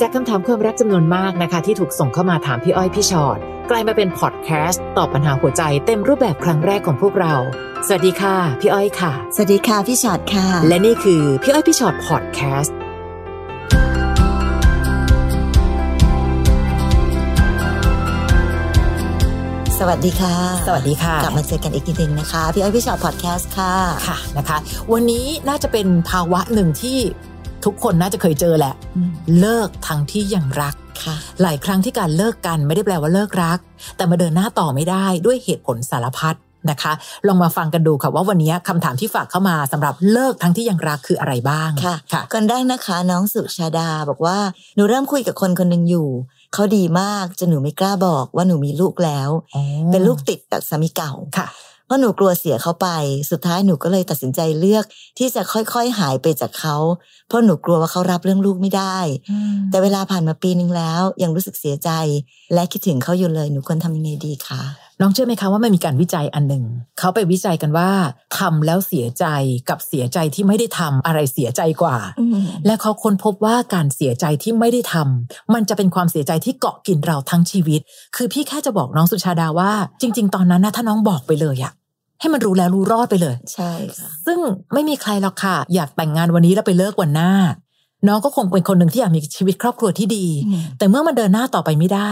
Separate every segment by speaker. Speaker 1: จากคำถามความรักจำนวนมากนะคะ ที่ถูกส่งเข้ามาถามพี่อ้อยพี่ชอ็อตกลายมาเป็นพอดแคสต์ตอบปัญหาหัวใจเต็มรูปแบบครั้งแรกของพวกเรา สวัสดีค่ะ พี่อ้อยค่ะ
Speaker 2: สวัสดีค่ะพี่ชอตค่ะ
Speaker 1: และนี่คือพี่อ้อยพี่ชอ็อตพอดแคสต์
Speaker 2: สวัสดีค่ะ
Speaker 1: สวัสดีค่ะ
Speaker 2: กลับมาเจอกันอีกทีหนึงนะคะ พี่อ้อยพี่ชอตพอดแคสต์ค่ะ
Speaker 1: ค่ะนะคะ วันนี้น่าจะเป็นภาวะหนึ่งที่ทุกคนน่าจะเคยเจอแหละ
Speaker 2: อืม
Speaker 1: เลิกทั้งที่ยังรัก
Speaker 2: ค่ะ
Speaker 1: หลายครั้งที่การเลิกกันไม่ได้แปลว่าเลิกรัก แต่มาเดินหน้าต่อไม่ได้ด้วยเหตุผลสารพัดนะคะ ลองมาฟังกันดูค่ะว่าวันนี้คำถามที่ฝากเข้ามาสำหรับเลิกทั้งที่ยังรักคืออะไรบ้าง
Speaker 2: ค่ะ
Speaker 1: ค่ะ
Speaker 2: คนแรกนะคะ น้องสุชาดาบอกว่าหนูเริ่มคุยกับคนคนหนึ่งอยู่ เขาดีมากจนหนูไม่กล้าบอกว่าหนูมีลูกแล้ว เป็นลูกติดจากสามีเก่า
Speaker 1: ค่ะ
Speaker 2: เพราะหนูกลัวเสียเขาไป สุดท้ายหนูก็เลยตัดสินใจเลือก ที่จะค่อยๆหายไปจากเขา เพราะหนูกลัวว่าเขารับเรื่องลูกไม่ได้ แต่เวลาผ่านมาปีนึงแล้ว ยังรู้สึกเสียใจ และคิดถึงเขาอยู่เลยหนูควรทำยังไงดีคะ
Speaker 1: น้องเชื่อไหมคะว่ามันมีการวิจัยอันหนึ่งเขาไปวิจัยกันว่าทำแล้วเสียใจกับเสียใจที่ไม่ได้ทำอะไรเสียใจกว่า และเขาค้นพบว่าการเสียใจที่ไม่ได้ทำมันจะเป็นความเสียใจที่เกาะกินเราทั้งชีวิต คือพี่แค่จะบอกน้องสุชาดาว่า จริง ๆ ตอนนั้นนะถ้าน้องบอกไปเลยอะให้มันรู้แล้วรู้รอดไปเลย
Speaker 2: ใช่ค่ะ
Speaker 1: ซึ่งไม่มีใครหรอกค่ะ อยากแต่งงานวันนี้แล้วไปเลิกวันหน้า น้องก็คงเป็นคนหนึ่งที่อยากมีชีวิตครอบครัวที่ดี แต่เมื่อมันเดินหน้าต่อไปไม่ได้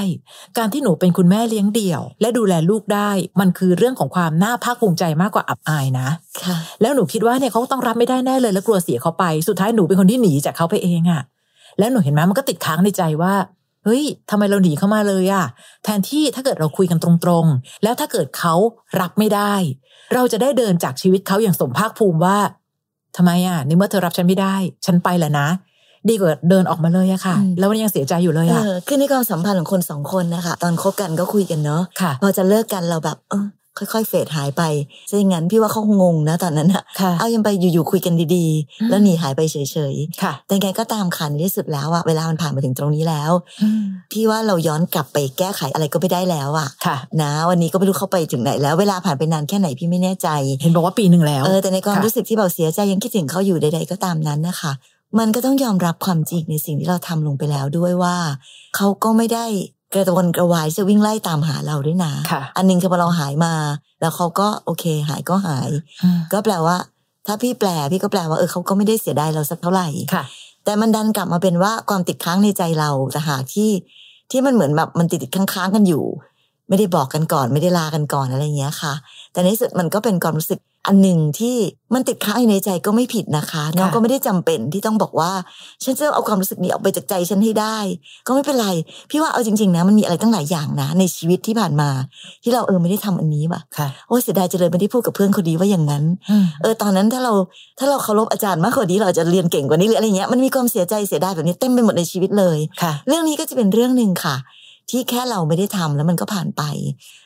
Speaker 1: การที่หนูเป็นคุณแม่เลี้ยงเดี่ยว และดูแลลูกได้ มันคือเรื่องของความน่าภาคภูมิใจมากกว่าอับอายนะ
Speaker 2: ค่ะ
Speaker 1: แล้วหนูคิดว่าเนี่ยเขาต้องรับไม่ได้แน่เลย แล้วกลัวเสียเขาไป สุดท้ายหนูเป็นคนที่หนีจากเขาไปเองอะแล้วหนูเห็นไหมมันก็ติดค้างในใจว่า เฮ้ยทำไมเราหนีเข้ามาเลยอะแทนที่ถ้าเกิดเราคุยกันตรงๆ แล้วถ้าเกิดเขารับไม่ได้ เราจะได้เดินจากชีวิตเขาอย่างสมภาคภูมิว่าทำไมอะในเมื่อเธอรับฉันไม่ได้ ฉันไปแหละนะ ดีกว่าเดินออกมาเลยอะค่ะ
Speaker 2: อืม
Speaker 1: แล้ววันนี้ยังเสียใจอยู่เลย
Speaker 2: เอ
Speaker 1: อะ
Speaker 2: อขึ้นในความสัมพันธ์ของคนสองคนนะคะ ตอนคบกันก็คุยกันเนาะ
Speaker 1: ค่ะ
Speaker 2: พอจะเลิกกันเราแบบเออค่อยๆ เฟดหายไปซะอย่างนั้นพี่ว่าเขางงนะตอนนั้นอะ
Speaker 1: ค่ะ
Speaker 2: เอายังไปอยู่ๆคุยกันดี
Speaker 1: อืม
Speaker 2: ๆ แล้วหนีหายไปเฉย
Speaker 1: ค่ะ
Speaker 2: ๆ แต่ไงก็ตามค่ะในที่สุดแล้วอะเวลามันผ่านมาถึงตรงนี้แล้ว พี่ว่าเราย้อนกลับไปแก้ไขอะไรก็ไม่ได้แล้วอะ
Speaker 1: ค่ะ
Speaker 2: นะ วันนี้ก็ไม่รู้เขาไปถึงไหนแล้ว เวลาผ่านไปนานแค่ไหนพี่ไม่แน่ใจ
Speaker 1: เห็นบอกว่าปีหนึ่งแล้ว
Speaker 2: เออแต่ในความ
Speaker 1: ค่ะ
Speaker 2: รู้สึกที่เราเสียใจยังคิดถึงเขาอยู่ใด ๆ ก็ตามนั้นนะคะ มันก็ต้องยอมรับความจริงในสิ่งที่เราทำลงไปแล้วด้วยว่า เขาก็ไม่ได้กระวนกระวายจะวิ่งไล่ตามหาเราด้วยนะ
Speaker 1: ค่ะ
Speaker 2: อันหนึงคือพอเราหายมา แล้วเขาก็โอเค หายก็หาย
Speaker 1: อืม
Speaker 2: ก็แปลว่า ถ้าพี่แปลพี่ก็แปลว่าเออเขาก็ไม่ได้เสียดายเราสักเท่าไหร่
Speaker 1: ค่ะ
Speaker 2: แต่มันดันกลับมาเป็นว่าความติดค้างในใจเราแต่หากที่ที่มันเหมือนแบบมันติดติดๆค้างๆกันอยู่ ไม่ได้บอกกันก่อน ไม่ได้ลากันก่อนอะไรอย่างเงี้ยค่ะ แต่ในที่สุดมันก็เป็นความรู้สึกอันหนึ่งที่มันติดค้างอยู่ในใจก็ไม่ผิดนะคะน้องก็ไม่ได้จำเป็นที่ต้องบอกว่า ฉันจะเอาความรู้สึกนี้ออกไปจากใจฉันให้ได้ ก็ไม่เป็นไร พี่ว่าเอาจริง ๆ นะ มันมีอะไรตั้งหลายอย่างนะ ในชีวิตที่ผ่านมา ที่เราเออไม่ได้ทำอันนี้ว่ะ
Speaker 1: ค่ะ
Speaker 2: โอ้ยเสียดายจังเลยไม่ได้พูดกับเพื่อนคนดีว่าอย่างนั้น
Speaker 1: อืม
Speaker 2: เออตอนนั้นถ้าเราถ้าเราเคารพอาจารย์มากกว่านี้เราอาจจะเรียนเก่งกว่านี้หรืออะไรเงี้ยมันมีความเสียใจเสียดายแบบนี้เต็มไปหมดในชีวิตเลย
Speaker 1: ค่ะ
Speaker 2: เรื่องนี้ก็จะเป็นเรื่องหนึ่งค่ะ ที่แค่เราไม่ได้ทำแล้วมันก็ผ่านไป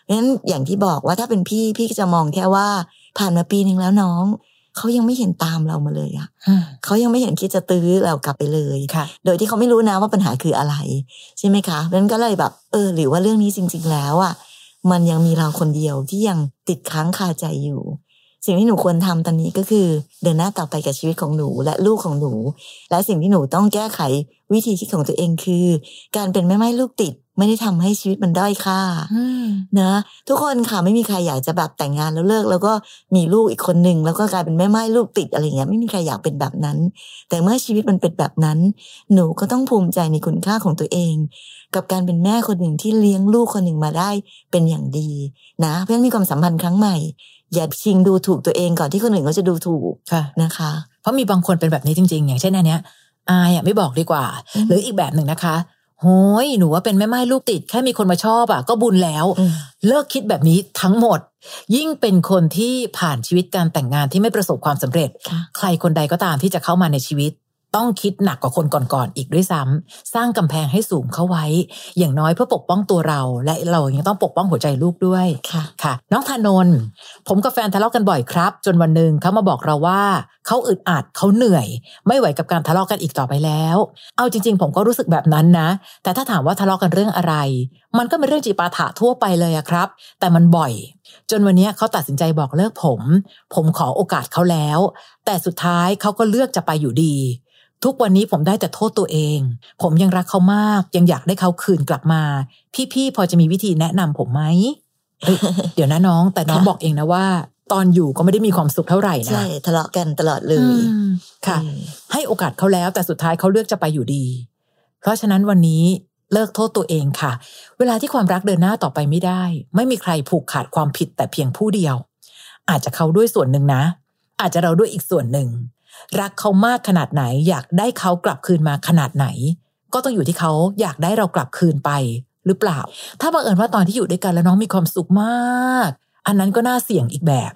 Speaker 2: เพราะฉะนั้นอย่างที่บอกว่าถ้าเป็นพี่พี่ก็จะมองแค่ว่าผ่านมาปีหนึ่งแล้วน้องเขายังไม่เห็นตามเรามาเลยอะ
Speaker 1: อืม
Speaker 2: เขายังไม่เห็นคิดจะตื้อเรากลับไปเลย
Speaker 1: ค่ะ
Speaker 2: โดยที่เขาไม่รู้นะว่าปัญหาคืออะไร ใช่ไหมคะเพราะฉะนั้นก็เลยแบบเออหรือว่าเรื่องนี้จริง ๆ แล้วอ่ะมันยังมีเราคนเดียวที่ยังติดค้างคาใจอยู่ สิ่งที่หนูควรทำตอนนี้ก็คือ เดินหน้าต่อไปกับชีวิตของหนูและลูกของหนู และสิ่งที่หนูต้องแก้ไขวิธีคิดของตัวเองคือ การเป็นแม่ไม้ลูกติดไม่ได้ทำให้ชีวิตมันด้อยค่า นะทุกคนค่ะไม่มีใครอยากจะแบบแต่งงานแล้วเลิก แล้วก็มีลูกอีกคนหนึ่งแล้วก็กลายเป็นแม่ไม้ลูกติดอะไรเงี้ยไม่มีใครอยากเป็นแบบนั้น แต่เมื่อชีวิตมันเป็นแบบนั้น หนูก็ต้องภูมิใจในคุณค่าของตัวเอง กับการเป็นแม่คนหนึ่งที่เลี้ยงลูกคนหนึ่งมาได้เป็นอย่างดี นะ เพื่อนนมีความสัมพันธ์ครั้งใหม่ อย่าชิงดูถูกตัวเองก่อนที่คนอื่นเขาจะดูถูก
Speaker 1: ค่ะ
Speaker 2: นะคะ
Speaker 1: เพราะมีบางคนเป็นแบบนี้จริง ๆ อย่างเช่นอันเนี้ยอายอ่ะไม่บอกดีกว่า
Speaker 2: อืม
Speaker 1: หรืออีกแบบหนึ่งนะคะ โหยหนูว่าเป็นแม่ไม้ลูกติด แค่มีคนมาชอบอ่ะก็บุญแล้ว
Speaker 2: อืม
Speaker 1: เลิกคิดแบบนี้ทั้งหมด ยิ่งเป็นคนที่ผ่านชีวิตการแต่งงานที่ไม่ประสบความสำเร็จ
Speaker 2: ค่ะ
Speaker 1: ใครคนใดก็ตามที่จะเข้ามาในชีวิต ต้องคิดหนักกว่าคนก่อนๆอีกด้วยซ้ำสร้างกำแพงให้สูงเข้าไว้ อย่างน้อยเพื่อปกป้องตัวเรา และเรายังต้องปกป้องหัวใจลูกด้วย
Speaker 2: ค่ะ
Speaker 1: ค่ะน้องธานนท์ผมกับแฟนทะเลาะกันบ่อยครับ จนวันหนึ่งเขามาบอกเราว่าเขาอึดอัดเขาเหนื่อย ไม่ไหวกับการทะเลาะกันอีกต่อไปแล้ว เอาจริง ๆ ผมก็รู้สึกแบบนั้นนะ แต่ถ้าถามว่าทะเลาะกันเรื่องอะไร มันก็เป็นเรื่องจีปาถะทั่วไปเลยอะครับ แต่มันบ่อย จนวันเนี้ยเขาตัดสินใจบอกเลิกผม ผมขอโอกาสเขาแล้ว แต่สุดท้ายเขาก็เลือกจะไปอยู่ดี ทุกวันนี้ผมได้แต่โทษตัวเอง ผมยังรักเขามาก ยังอยากได้เขาคืนกลับมา พี่ๆพอจะมีวิธีแนะนำผมไหมเฮ้ยเดี๋ยวนะน้องแต่น้อง
Speaker 2: ค่ะ
Speaker 1: บอกเองนะว่า ตอนอยู่ก็ไม่ได้มีความสุขเท่าไหร่นะ
Speaker 2: ใช่ทะเลาะกันตลอดเล
Speaker 1: อื
Speaker 2: ย
Speaker 1: มค่ะ
Speaker 2: อืม
Speaker 1: ให้โอกาสเขาแล้วแต่สุดท้ายเขาเลือกจะไปอยู่ดี เพราะฉะนั้นวันนี้เลิกโทษตัวเองค่ะ เวลาที่ความรักเดินหน้าต่อไปไม่ได้ ไม่มีใครผูกขาดความผิดแต่เพียงผู้เดียว อาจจะเขาด้วยส่วนหนึ่งนะ อาจจะเราด้วยอีกส่วนหนึ่ง รักเขามากขนาดไหน อยากได้เขากลับคืนมาขนาดไหน ก็ต้องอยู่ที่เขาอยากได้เรากลับคืนไปหรือเปล่า ถ้าบังเอิญว่าตอนที่อยู่ด้วยกันแล้วน้องมีความสุขมาก อันนั้นก็น่าเสี่ยงอีกแบบ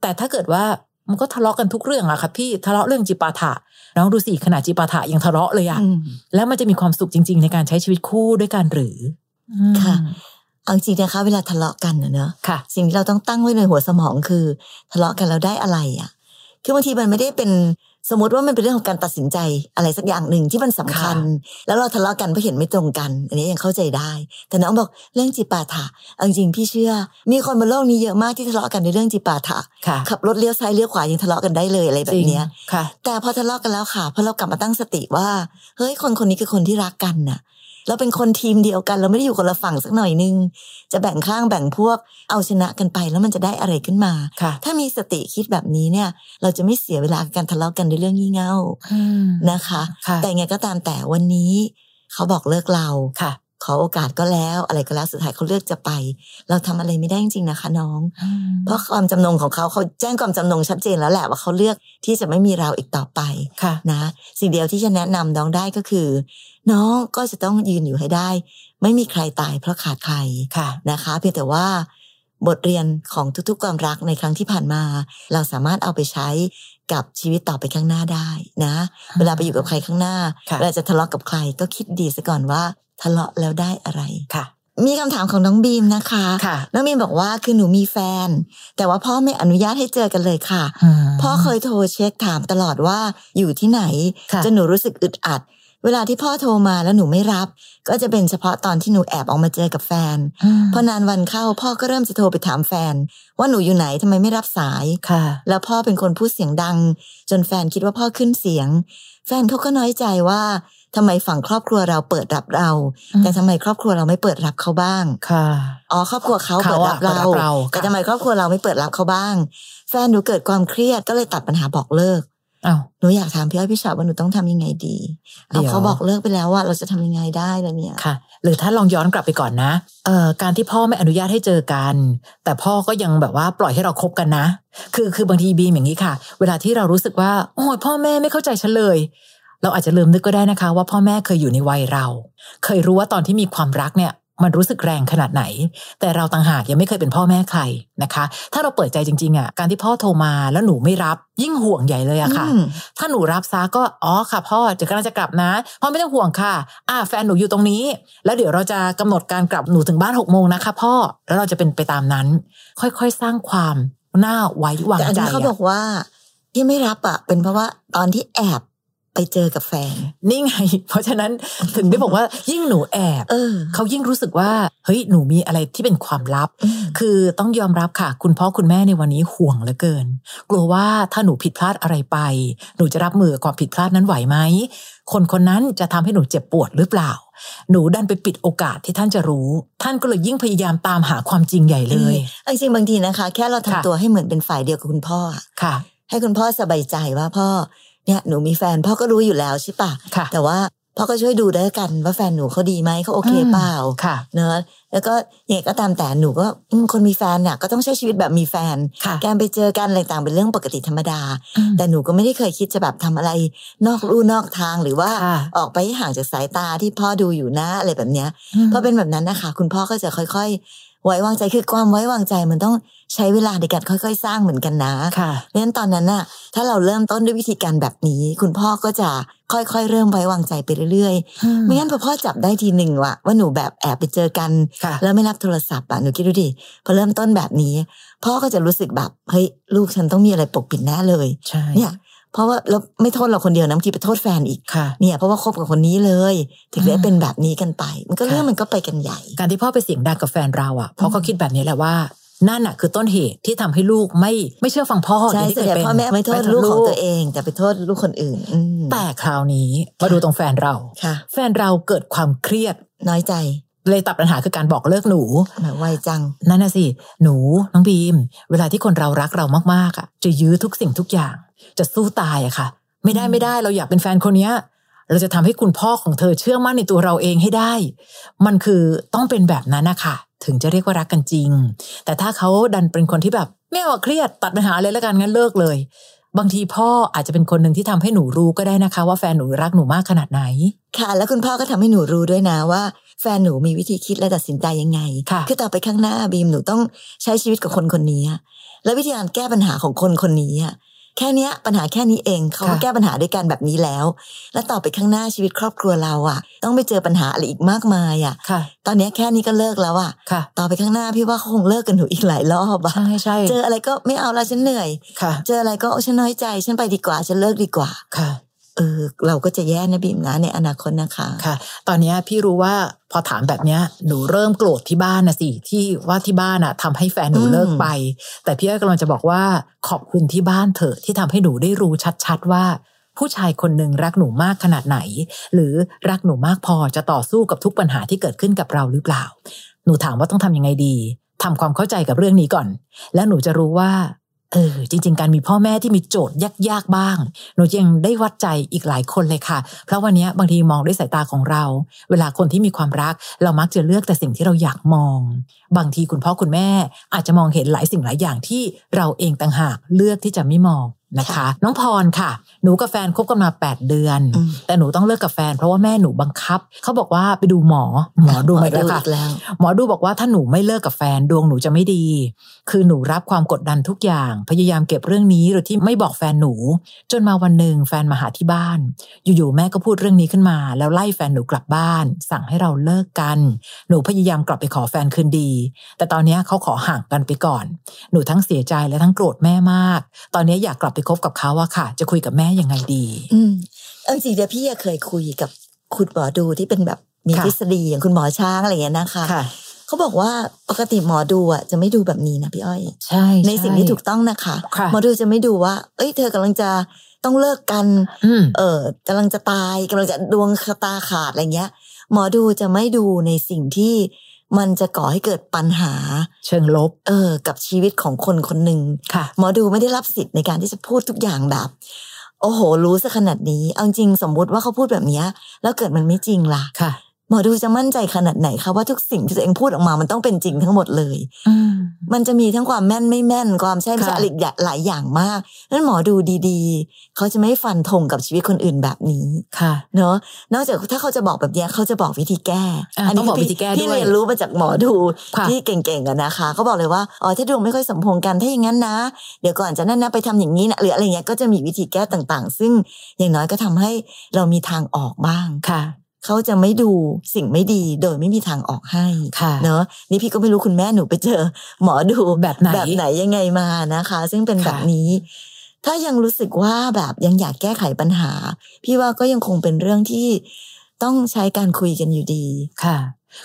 Speaker 1: แต่ถ้าเกิดว่ามันก็ทะเลาะกันทุกเรื่องอะค่ะพี่ทะเลาะเรื่องจิปาถะ น้องดูสิขนาดจิปาถะยังทะเลาะเลยอะ
Speaker 2: อืม
Speaker 1: แล้วมันจะมีความสุขจริง ๆ ในการใช้ชีวิตคู่ด้วยกันหรืออืม
Speaker 2: ค่ะ เอาจริงนะคะ เวลาทะเลาะกันน่ะเนอะ
Speaker 1: ค่ะ
Speaker 2: สิ่งที่เราต้องตั้งไว้ในหัวสมองคือ ทะเลาะกันแล้วได้อะไรอ่ะ คือบางทีมันไม่ได้เป็นสมมติว่ามันเป็นเรื่องของการตัดสินใจอะไรสักอย่างหนึ่งที่มันสำคัญ แล้วเราทะเลาะกันเพราะเห็นไม่ตรงกัน อันนี้ยังเข้าใจได้ แต่น้องบอกเรื่องจิปาถะเอาจริงๆพี่เชื่อ มีคนบนโลกนี้เยอะมากที่ทะเลาะกันในเรื่องจิปาถะ
Speaker 1: ค่ะ
Speaker 2: ขับรถเลี้ยวซ้ายเลี้ยวขวายังทะเลาะกันได้เลยอะไรแบ
Speaker 1: จริ
Speaker 2: บ
Speaker 1: ง
Speaker 2: เนี้ย
Speaker 1: ค่ะ
Speaker 2: แต่พอทะเลาะกันแล้วค่ะพอเรากลับมาตั้งสติว่าเฮ้ยคนคนนี้คือคนที่รักกันน่ะ เราเป็นคนทีมเดียวกัน เราไม่ได้อยู่คนละฝั่งสักหน่อยนึง จะแบ่งข้างแบ่งพวกเอาชนะกันไปแล้วมันจะได้อะไรขึ้นมา
Speaker 1: ค่ะ
Speaker 2: ถ้ามีสติคิดแบบนี้เนี่ย เราจะไม่เสียเวลากับการทะเลาะกันในเรื่องงี่เง่า
Speaker 1: นะ
Speaker 2: นะคะ
Speaker 1: ค่ะ
Speaker 2: แต่ยังไงก็ตามแต่วันนี้ เขาบอกเลิกเรา
Speaker 1: ค่ะ
Speaker 2: ขอโอกาสก็แล้วอะไรก็แล้วสุดท้ายเขาเลือกจะไป เราทำอะไรไม่ได้จริงๆนะคะ น้อง เพราะความจำนงของเขาเขาแจ้งความจำนงชัดเจนแล้วแหละว่าเขาเลือกที่จะไม่มีเราอีกต่อไป
Speaker 1: ค่ะ
Speaker 2: นะสิ่งเดียวที่จะแนะนำน้องได้ก็คือ น้องก็จะต้องยืนอยู่ให้ได้ ไม่มีใครตายเพราะขาดใคร
Speaker 1: ค่ะ
Speaker 2: นะคะ เพียงแต่ว่า บทเรียนของทุกๆความรักในครั้งที่ผ่านมา เราสามารถเอาไปใช้กับชีวิตต่อไปข้างหน้าได้นะ เวลาไปอยู่กับใครข้างหน้า
Speaker 1: ค่ะ
Speaker 2: เวลาจะทะเลาะกับใครก็คิดดีซะก่อนว่าทะเลาะแล้วได้อะไร
Speaker 1: ค่ะ
Speaker 2: มีคำถามของน้องบีมนะคะ
Speaker 1: ค่ะ
Speaker 2: น้องบีมบอกว่าคือหนูมีแฟน แต่ว่าพ่อไม่อนุญาตให้เจอกันเลยค่ะ พ่อเคยโทรเช็คถามตลอดว่าอยู่ที่ไหน
Speaker 1: ค่ะ
Speaker 2: จนหนูรู้สึกอึดอัด เวลาที่พ่อโทรมาแล้วหนูไม่รับ ก็จะเป็นเฉพาะตอนที่หนูแอบออกมาเจอกับแฟน
Speaker 1: ม
Speaker 2: พอนานวันเข้าพ่อก็เริ่มจะโทรไปถามแฟน ว่าหนูอยู่ไหนทำไมไม่รับสาย
Speaker 1: ค่ะ
Speaker 2: แล้วพ่อเป็นคนพูดเสียงดัง จนแฟนคิดว่าพ่อขึ้นเสียง แฟนเขาก็น้อยใจว่าทำไมฝั่งครอบครัวเราเปิดรับเรา
Speaker 1: อืม
Speaker 2: แต่ทำไมครอบครัวเราไม่เปิดรับเขาบ้าง
Speaker 1: ค่ะ
Speaker 2: อ๋อครอบครัวเขา
Speaker 1: เขา
Speaker 2: เปิด
Speaker 1: อะ
Speaker 2: รับ
Speaker 1: เปิ
Speaker 2: เรา
Speaker 1: ดรับเรา
Speaker 2: แต่
Speaker 1: ค่ะ
Speaker 2: ทำไมครอบครัวเราไม่เปิดรับเขาบ้าง แฟนหนูเกิดความเครียดก็เลยตัดปัญหาบอกเลิก
Speaker 1: เอ้า
Speaker 2: หนูอยากถามพี่อ้อยพี่ชอบว่าหนูต้องทำยังไงดีเอา
Speaker 1: เดี๋ยว
Speaker 2: เขาบอกเลิกไปแล้วว่าเราจะทำยังไงได้แล้วเนี่ย
Speaker 1: ค่ะ หรือถ้าลองย้อนกลับไปก่อนนะเอ่อการที่พ่อไม่อนุญาตให้เจอกัน แต่พ่อก็ยังแบบว่าปล่อยให้เราคบกันนะ คือคือบางทีบีมอย่างนี้ค่ะ เวลาที่เรารู้สึกว่า โอ้ยพ่อแม่ไม่เข้าใจฉันเลย เราอาจจะลืมนึกก็ได้นะคะ ว่าพ่อแม่เคยอยู่ในวัยเรา เคยรู้ว่าตอนที่มีความรักเนี่ย มันรู้สึกแรงขนาดไหน แต่เราต่างหากยังไม่เคยเป็นพ่อแม่ใครนะคะ ถ้าเราเปิดใจจริงๆอ่ะการที่พ่อโทรมาแล้วหนูไม่รับ ยิ่งห่วงใหญ่เลยอะค่ะ
Speaker 2: อืม
Speaker 1: ถ้าหนูรับซาก็อ๋อค่ะพ่อเดี๋ยวกำลังจะกลับนะพ่อไม่ต้องห่วงค่ะ อ่าแฟนหนูอยู่ตรงนี้ แล้วเดี๋ยวเราจะกำหนดการกลับหนูถึงบ้านหกโมงนะคะพ่อแล้วเราจะเป็นไปตามนั้น ค่อยๆสร้างความน่าไว้วาง
Speaker 2: แต่อัน
Speaker 1: ใจ
Speaker 2: นี้เขาบ
Speaker 1: อะ
Speaker 2: อกว่าที่ไม่รับอ่ะเป็นเพราะว่าตอนที่แอบไปเจอกับแฟน
Speaker 1: นี่ไง เพราะฉะนั้นถึงได้บอกว่ายิ่งหนูแอบ
Speaker 2: เออ
Speaker 1: เขายิ่งรู้สึกว่าเฮ้ยหนูมีอะไรที่เป็นความลับ
Speaker 2: อืม
Speaker 1: คือต้องยอมรับค่ะ คุณพ่อคุณแม่ในวันนี้ห่วงเหลือเกิน กลัวว่าถ้าหนูผิดพลาดอะไรไป หนูจะรับมือกับความผิดพลาดนั้นไหวไหมคนคนนั้นจะทำให้หนูเจ็บปวดหรือเปล่า หนูดันไปปิดโอกาสที่ท่านจะรู้ ท่านก็เลยยิ่งพยายามตามหาความจริงใหญ่เลย
Speaker 2: เอาจริงๆบางทีนะคะ แค่เราทำ
Speaker 1: ค่ะ
Speaker 2: ตัวให้เหมือนเป็นฝ่ายเดียวกับคุณพ่ออะ
Speaker 1: ค่ะ
Speaker 2: ให้คุณพ่อสบายใจว่าพ่อเนี่ยหนูมีแฟนพ่อก็รู้อยู่แล้วใช่ปะ
Speaker 1: ค่ะ
Speaker 2: แต่ว่าพ่อก็ช่วยดูด้วยกันว่าแฟนหนูเขาดีไหมเขาโอเคเปล่า
Speaker 1: ค่ะ
Speaker 2: เนอะแล้วก็ยังไงก็ตามแต่หนูก็อืมคนมีแฟนน่ะก็ต้องใช้ชีวิตแบบมีแฟน
Speaker 1: ค่ะ
Speaker 2: การไปเจอกันอะไรต่างเป็นเรื่องปกติธรรมดา
Speaker 1: อืม
Speaker 2: แต่หนูก็ไม่ได้เคยคิดจะแบบทำอะไร นอกลู่นอกทางหรือว่า
Speaker 1: ค่ะ
Speaker 2: ออกไปให้ห่างจากสายตาที่พ่อดูอยู่นะอะไรแบบเนี้ยพอเป็นแบบนั้นนะคะ คุณพ่อก็จะค่อยๆ ไว้วางใจคือความไว้วางใจมันต้องใช้เวลาในการค่อย ๆ สร้างเหมือนกันนะ
Speaker 1: ค่ะ
Speaker 2: เพราะฉะนั้นตอนนั้นน่ะ ถ้าเราเริ่มต้นด้วยวิธีการแบบนี้ คุณพ่อก็จะค่อยๆ เริ่มไว้วางใจไปเรื่อยๆ ไม่งั้นพอพ่อจับได้ทีหนึ่งว่ะว่าหนูแบบแอบไปเจอกัน
Speaker 1: ค่ะ
Speaker 2: แล้วไม่รับโทรศัพท์อ่ะหนูคิดดูดิพอเริ่มต้นแบบนี้ พ่อก็จะรู้สึกแบบเฮ้ยลูกฉันต้องมีอะไรปกปิดแน่เลย
Speaker 1: ใช่
Speaker 2: เนี่ย เพราะว่าเราไม่โทษเราคนเดียวนะบางทีไปโทษแฟนอีก
Speaker 1: ค่ะ
Speaker 2: เนี่ยเพราะว่าคบกับคนนี้เลย ถึงได้
Speaker 1: อืม
Speaker 2: เป็นแบบนี้กันไป มันก็
Speaker 1: ค่ะ
Speaker 2: เรื่องมันก็ไปกันใหญ่
Speaker 1: การที่พ่อไปเสียงดังกับแฟนเราอ่ะเพราะเขาคิดแบบนี้แหละว่า นั่นน่ะคือต้นเหตุที่ทำให้ลูกไม่ไม่เชื่อฟังพ่อ
Speaker 2: ใช่
Speaker 1: ย่างที่
Speaker 2: ส่วน
Speaker 1: เค
Speaker 2: ใหญ่
Speaker 1: ยเป็น
Speaker 2: พ่อแม่ไม่โทษลูกของตัวเอง แต่ไปโทษลูกคนอื่นอืม
Speaker 1: แต่คราวนี้มาดูตรงแฟนเรา
Speaker 2: ค่ะ
Speaker 1: แฟนเราเกิดความเครียด
Speaker 2: น้อยใจ
Speaker 1: เลยตัดปัญหาคือการบอกเลิกหนู
Speaker 2: แบบไวจัง
Speaker 1: นั่นน่ะสิ หนู น้องบีม เวลาที่คนเรารักเรามากๆอ่ะ จะยื้อทุกสิ่งทุกอย่าง จะสู้ตายอะค่ะ ไม่ได้ไม่ได้เราอยากเป็นแฟนคนเนี้ย เราจะทำให้คุณพ่อของเธอเชื่อมั่นในตัวเราเองให้ได้ มันคือต้องเป็นแบบนั้นนะคะถึงจะเรียกว่ารักกันจริง แต่ถ้าเขาดันเป็นคนที่แบบไม่เอาอะเครียดตัดปัญหาเลยละกันงั้นเลิกเลย บางทีพ่ออาจจะเป็นคนหนึ่งที่ทำให้หนูรู้ก็ได้นะคะ ว่าแฟนหนูรักหนูมากขนาดไหน
Speaker 2: ค่ะ แล้วคุณพ่อก็ทำให้หนูรู้ด้วยนะว่า แฟนหนูมีวิธีคิดและตัดสินใจยังไง
Speaker 1: ค่ะ
Speaker 2: คือต่อไปข้างหน้าบีมหนูต้องใช้ชีวิตกับคนคนนี้อะและวิธีการแก้ปัญหาของคนคนนี้อะแค่เนี้ยปัญหาแค่นี้เองเขาก็
Speaker 1: ค่ะ
Speaker 2: แก้ปัญหาด้วยกันแบบนี้แล้ว และต่อไปข้างหน้าชีวิตครอบครัวเราอ่ะ ต้องไปเจอปัญหาอะไรอีกมากมายอ่ะ
Speaker 1: ค่ะ
Speaker 2: ตอนเนี้ยแค่นี้ก็เลิกแล้วอ่ะ
Speaker 1: ค่ะ
Speaker 2: ต่อไปข้างหน้าพี่ว่าเขาคงเลิกกันหนูอีกหลายรอบอ่ะ
Speaker 1: ใช่ใช่
Speaker 2: เจออะไรก็ไม่เอาละฉันเหนื่อย
Speaker 1: ค่ะ
Speaker 2: เจออะไรก็โอ้ฉันน้อยใจ ฉันไปดีกว่าฉันเลิกดีกว่า
Speaker 1: ค่ะ
Speaker 2: เออ เราก็จะแย่นะบีมนะในอนาคตนะคะ
Speaker 1: ค่ะ ตอนเนี้ยพี่รู้ว่าพอถามแบบเนี้ยหนูเริ่มโกรธที่บ้านนะสิที่ว่าที่บ้านอะทำให้แฟนหนู
Speaker 2: อืม
Speaker 1: เลิกไป แต่พี่อ้อยกำลังจะบอกว่าขอบคุณที่บ้านเถอะที่ทำให้หนูได้รู้ชัดๆว่า ผู้ชายคนหนึ่งรักหนูมากขนาดไหน หรือรักหนูมากพอจะต่อสู้กับทุกปัญหาที่เกิดขึ้นกับเราหรือเปล่า หนูถามว่าต้องทำยังไงดีทำความเข้าใจกับเรื่องนี้ก่อน แล้วหนูจะรู้ว่าเออจริง ๆ การมีพ่อแม่ที่มีโจทย์ยากๆบ้าง หนูยังได้วัดใจอีกหลายคนเลยค่ะ เพราะวันเนี้ยบางทีมองด้วยสายตาของเรา เวลาคนที่มีความรัก เรามักจะเลือกแต่สิ่งที่เราอยากมอง บางทีคุณพ่อคุณแม่อาจจะมองเห็นหลายสิ่งหลายอย่างที่เราเองต่างหากเลือกที่จะไม่มองนะคะ น้องพรค่ะ หนูกับแฟนคบกันมา 8 เดือน
Speaker 2: อืม
Speaker 1: แต่หนูต้องเลิกกับแฟน เพราะว่าแม่หนูบังคับ เขาบอกว่าไปดูหมอหมอดูมาอีกแล้วค่ะ
Speaker 2: อีกแล้ว
Speaker 1: หมอดูบอกว่าถ้าหนูไม่เลิกกับแฟนดวงหนูจะไม่ดี คือหนูรับความกดดันทุกอย่าง พยายามเก็บเรื่องนี้โดยที่ไม่บอกแฟนหนู จนมาวันหนึ่งแฟนมาหาที่บ้าน อยู่ๆแม่ก็พูดเรื่องนี้ขึ้นมา แล้วไล่แฟนหนูกลับบ้าน สั่งให้เราเลิกกัน หนูพยายามกลับไปขอแฟนคืนดี แต่ตอนเนี้ยเขาขอห่างกันไปก่อน หนูทั้งเสียใจและทั้งโกรธแม่มาก ตอนเนี้ยอยากกลับไปคบกับเขาอะค่ะ จะคุยกับแม่ยังไงดี
Speaker 2: อืมเอาจริงๆเดี๋ยวพี่อะเคยคุยกับคุณหมอดูที่เป็นแบบมี
Speaker 1: ค่ะ
Speaker 2: ทฤษฎีอย่างคุณหมอช้างอะไรอย่างเงี้ยนะคะ
Speaker 1: ค่ะ
Speaker 2: เขาบอกว่าปกติหมอดูอะจะไม่ดูแบบนี้นะพี่อ้อย
Speaker 1: ใช่
Speaker 2: ในสิ่งที่ถูกต้องนะคะ
Speaker 1: ค่ะ
Speaker 2: หมอดูจะไม่ดูว่า เอ้ย เธอกำลังจะต้องเลิกกัน
Speaker 1: อืม
Speaker 2: เออกำลังจะตายกำลังจะดวงชะตาขาดอะไรเงี้ย หมอดูจะไม่ดูในสิ่งที่มันจะก่อให้เกิดปัญหา
Speaker 1: เชิงลบ
Speaker 2: เออ กับชีวิตของคนคนหนึ่ง
Speaker 1: ค่ะ
Speaker 2: หมอดูไม่ได้รับสิทธิ์ในการที่จะพูดทุกอย่างแบบ โอ้โห รู้ซะขนาดนี้เอาจริงสมมุติว่าเขาพูดแบบเนี้ยแล้วเกิดมันไม่จริงล่ะ
Speaker 1: ค่ะ
Speaker 2: หมอดูจะมั่นใจขนาดไหนคะว่าทุกสิ่งที่ตัวเองพูดออกมามันต้องเป็นจริงทั้งหมดเลย
Speaker 1: อืม
Speaker 2: มันจะมีทั้งความแม่นไม่แม่นความใช่ไม่ใช่
Speaker 1: ค่ะ
Speaker 2: อะไรอย่างหลายอย่างมากนั้นหมอดูดีๆ เขาจะไม่ฟันธงกับชีวิตคนอื่นแบบนี้
Speaker 1: ค่ะ
Speaker 2: เนอะนอกจากถ้าเขาจะบอกแบบเนี้ยเขาจะบอกวิธีแก้
Speaker 1: อ่ะต้องบอกวิธีแก้
Speaker 2: พี่ที่
Speaker 1: ด้วย
Speaker 2: เรียนรู้มาจากหมอดู
Speaker 1: ค่ะ
Speaker 2: ที่เก่งๆกันนะคะเขาบอกเลยว่าอ๋อถ้าดวงไม่ค่อยสมพงษ์กันถ้าอย่างนั้นนะ เดี๋ยวก่อนจะนั่นนะไปทำอย่างนี้นะหรืออะไรเงี้ยก็จะมีวิธีแก้ต่างๆ ซึ่งอย่างน้อยก็ทำให้เรามีทางออกบ้าง
Speaker 1: ค่ะ
Speaker 2: เขาจะไม่ดูสิ่งไม่ดีโดยไม่มีทางออกให้
Speaker 1: ค่ะ
Speaker 2: เนอะนี่พี่ก็ไม่รู้คุณแม่หนูไปเจอ หมอดู
Speaker 1: แบบไหน
Speaker 2: แบบไหนยังไงมานะคะ ซึ่งเป็น
Speaker 1: ค่ะ
Speaker 2: แบบนี้ ถ้ายังรู้สึกว่าแบบยังอยากแก้ไขปัญหา พี่ว่าก็ยังคงเป็นเรื่องที่ต้องใช้การคุยกันอยู่ดี
Speaker 1: ค่ะ